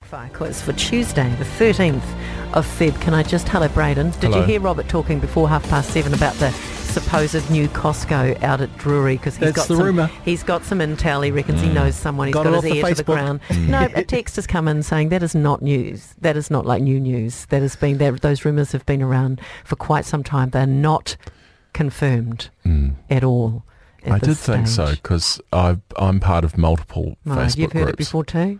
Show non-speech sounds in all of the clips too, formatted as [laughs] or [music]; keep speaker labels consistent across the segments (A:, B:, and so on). A: Fire quiz for Tuesday, the 13th of Feb. Can I just hello, Braden? Did
B: Hello.
A: you hear Robert talking before half past seven about the supposed new Costco out at Drury? Because he's got
B: That's the
A: some,
B: rumour. Mm.
A: he's got some intel. He reckons he knows someone. He's got, his
B: Got it off the
A: ear to the
B: Facebook. Mm.
A: ground. no, a text has come in saying that is not news. That is not like new news. That has been that those rumours have been around for quite some time. They're not confirmed at all. at
B: Mm. I did
A: this
B: think so
A: stage.
B: because I'm part of multiple
A: Right,
B: Facebook
A: you've heard it
B: groups.
A: before too.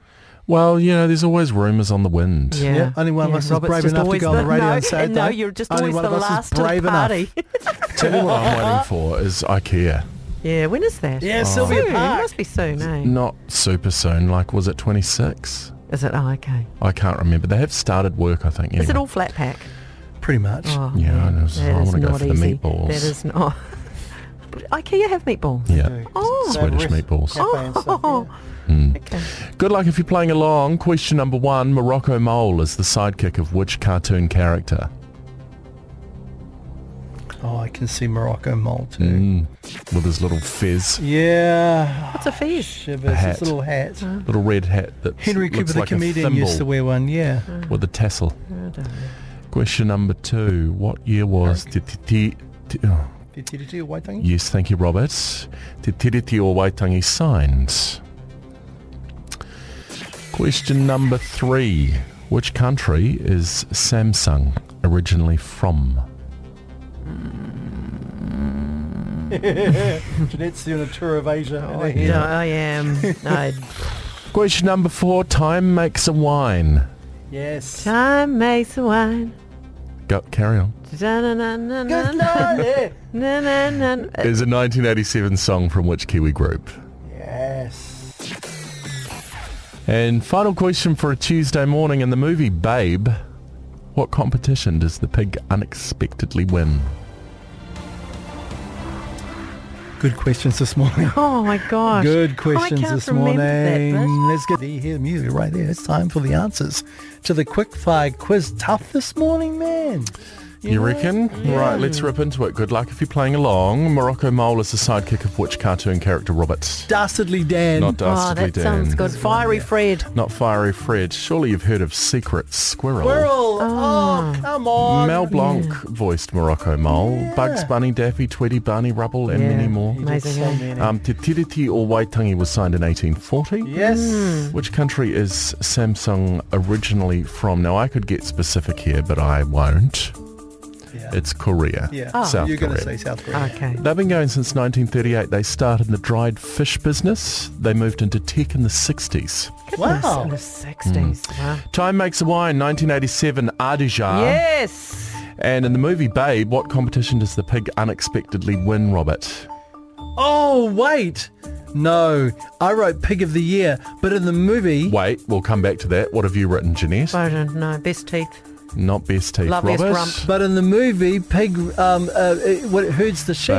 B: Well, you know, there's always rumours on the wind.
A: Yeah.
C: Yeah, only one of us is
A: Robert's
C: brave
A: just
C: enough to
A: always
C: go on the radio
A: no,
C: and say it,
A: No,
C: though.
A: you're just
C: Only
A: always
C: one
A: the
C: of us is
A: last to
C: brave
A: the
C: enough. [laughs]
A: party.
B: [laughs] Tell you what I'm
A: [laughs]
B: waiting for is IKEA.
A: yeah, when is that?
C: Yeah, Sylvia
A: soon. It
C: Park.
A: must be soon, eh?
B: Not super soon. Like, was it 26?
A: Is it? Oh, okay.
B: I can't remember. They have started work, I think.
A: Is it
B: anyway.
A: all flat pack?
C: Pretty much.
A: Oh,
B: Yeah,
A: man,
B: I was-
A: that
B: I
A: is
B: wanna go
A: not
B: for the
A: easy.
B: meatballs.
A: That is not. [laughs] But IKEA have meatballs.
B: Yeah.
A: Oh.
B: Swedish meatballs.
A: Oh,
B: Mm.
A: okay.
B: Good luck if you're playing along. Question number one. Morocco Mole is the sidekick of which cartoon character?
C: Oh, I can see Morocco mole too.
B: Mm. With his little fez.
C: Yeah.
A: What's a fez?
C: Shivers.
B: A hat.
C: This little hat.
B: Little red hat that
C: Henry
B: looks
C: Cooper, the
B: like a
C: comedian,
B: thimble
C: used to wear one. Yeah.
B: with a tassel.
A: I don't know.
B: Question number two. What year was Te Te Te- Te- oh,
C: Did you do your white thing?
B: Yes, thank you, Robert. Te Tiriti o Waitangi signed. Question number three. Which country is Samsung originally from?
C: Jeanette's on a tour of Asia.
A: Oh, no, I
C: [laughs]
A: am. No,
B: Question number four. Time makes a wine.
C: Yes.
A: time makes a wine.
B: Go, carry on.
C: Good
A: Da-na-na-na-na-na.
C: night, yeah.
A: Na-na-na.
B: Is a 1987 song from which Kiwi group?
C: Yes.
B: And final question for a Tuesday morning in the movie Babe. What competition does the pig unexpectedly win?
C: Good questions this morning.
B: [laughs]
A: Oh my gosh.
C: Good questions
A: I can't
C: this
A: remember that
C: morning.
A: bit.
C: Let's get the hear music right there. It's time for the answers to the quickfire quiz. Tough this morning, man.
B: You reckon? Right, let's rip into it. Good luck if you're playing along. Morocco Mole is the sidekick of which cartoon character, Robert?
C: Dastardly Dan.
B: Not
A: Oh,
B: Dastardly
A: that sounds
B: Dan.
A: good. Fiery Fred.
B: Not Fiery Fred. Surely you've heard of Secret Squirrel.
C: Squirrel. Oh, come on.
B: Mel Blanc voiced Morocco Mole.
C: Yeah.
B: Bugs Bunny, Daffy, Tweety, Barney Rubble, and many more.
C: He did
A: Amazing,
C: so
A: eh?
C: many.
B: Um, Te Tiriti or Waitangi was signed in 1840.
C: yes.
B: Which country is Samsung originally from? Now, I could get specific here, but I won't.
C: Yeah.
B: It's Korea.
C: yeah.
A: Oh.
B: South
C: You're going to
B: Korea.
C: say South Korea.
A: Okay.
B: They've been going since 1938. They started the dried fish business. They moved into tech in the 60s.
A: In
C: Wow. Mm.
A: the 60s. Wow.
B: Time Makes a Wine, 1987, Ardijar.
A: Yes.
B: And in the movie Babe, what competition does the pig unexpectedly win, Robert?
C: Oh, wait. No, I wrote Pig of the Year, but in the movie,
B: Wait, we'll come back to that. What have you written, Jeanette?
A: Bowden, no. Best teeth.
B: Not Best Teeth,
A: Loveliest
B: Robert.
A: rump.
C: but in the movie, Pig, um, uh, uh, what herds the sheep?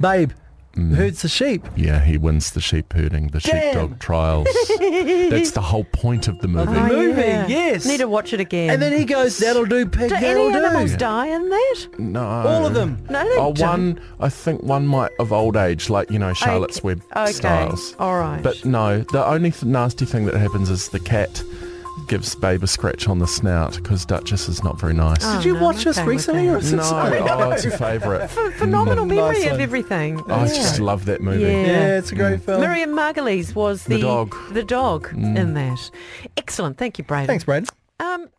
B: Babe.
C: Babe, Mm. herds the sheep.
B: Yeah, he wins the sheep herding, the
C: Damn.
A: [laughs]
B: sheepdog trials. That's the whole point of the movie.
A: Oh,
C: movie,
A: yeah.
C: yes.
A: Need to watch it again.
C: And then he goes, "That'll do, Pig.
A: do
C: that'll
A: any
C: do."
A: animals die in that?
B: No.
C: All of them.
A: No, they
B: Oh,
A: don't.
B: one, I think one might of old age, like, you know, Charlotte's
A: Okay.
B: Web
A: Okay.
B: styles.
A: All right.
B: But no, the only th- nasty thing that happens is the cat gives Babe a scratch on the snout because Duchess is not very nice.
A: Oh,
C: Did you
A: no,
C: watch
A: I'm
C: this
A: okay with
C: recently,
A: that.
C: or is
B: No,
C: it something?
B: [laughs] oh, it's a favourite.
A: Ph- phenomenal memory
C: Mm. Nice
A: of
C: one.
A: everything.
B: Oh, I just love that movie.
A: Yeah.
C: Yeah, it's a great film.
A: Miriam Margolyes was the,
B: The dog.
A: the dog in that. Excellent. Thank you, Braden.
C: Mm. Thanks, Brad.
A: Um,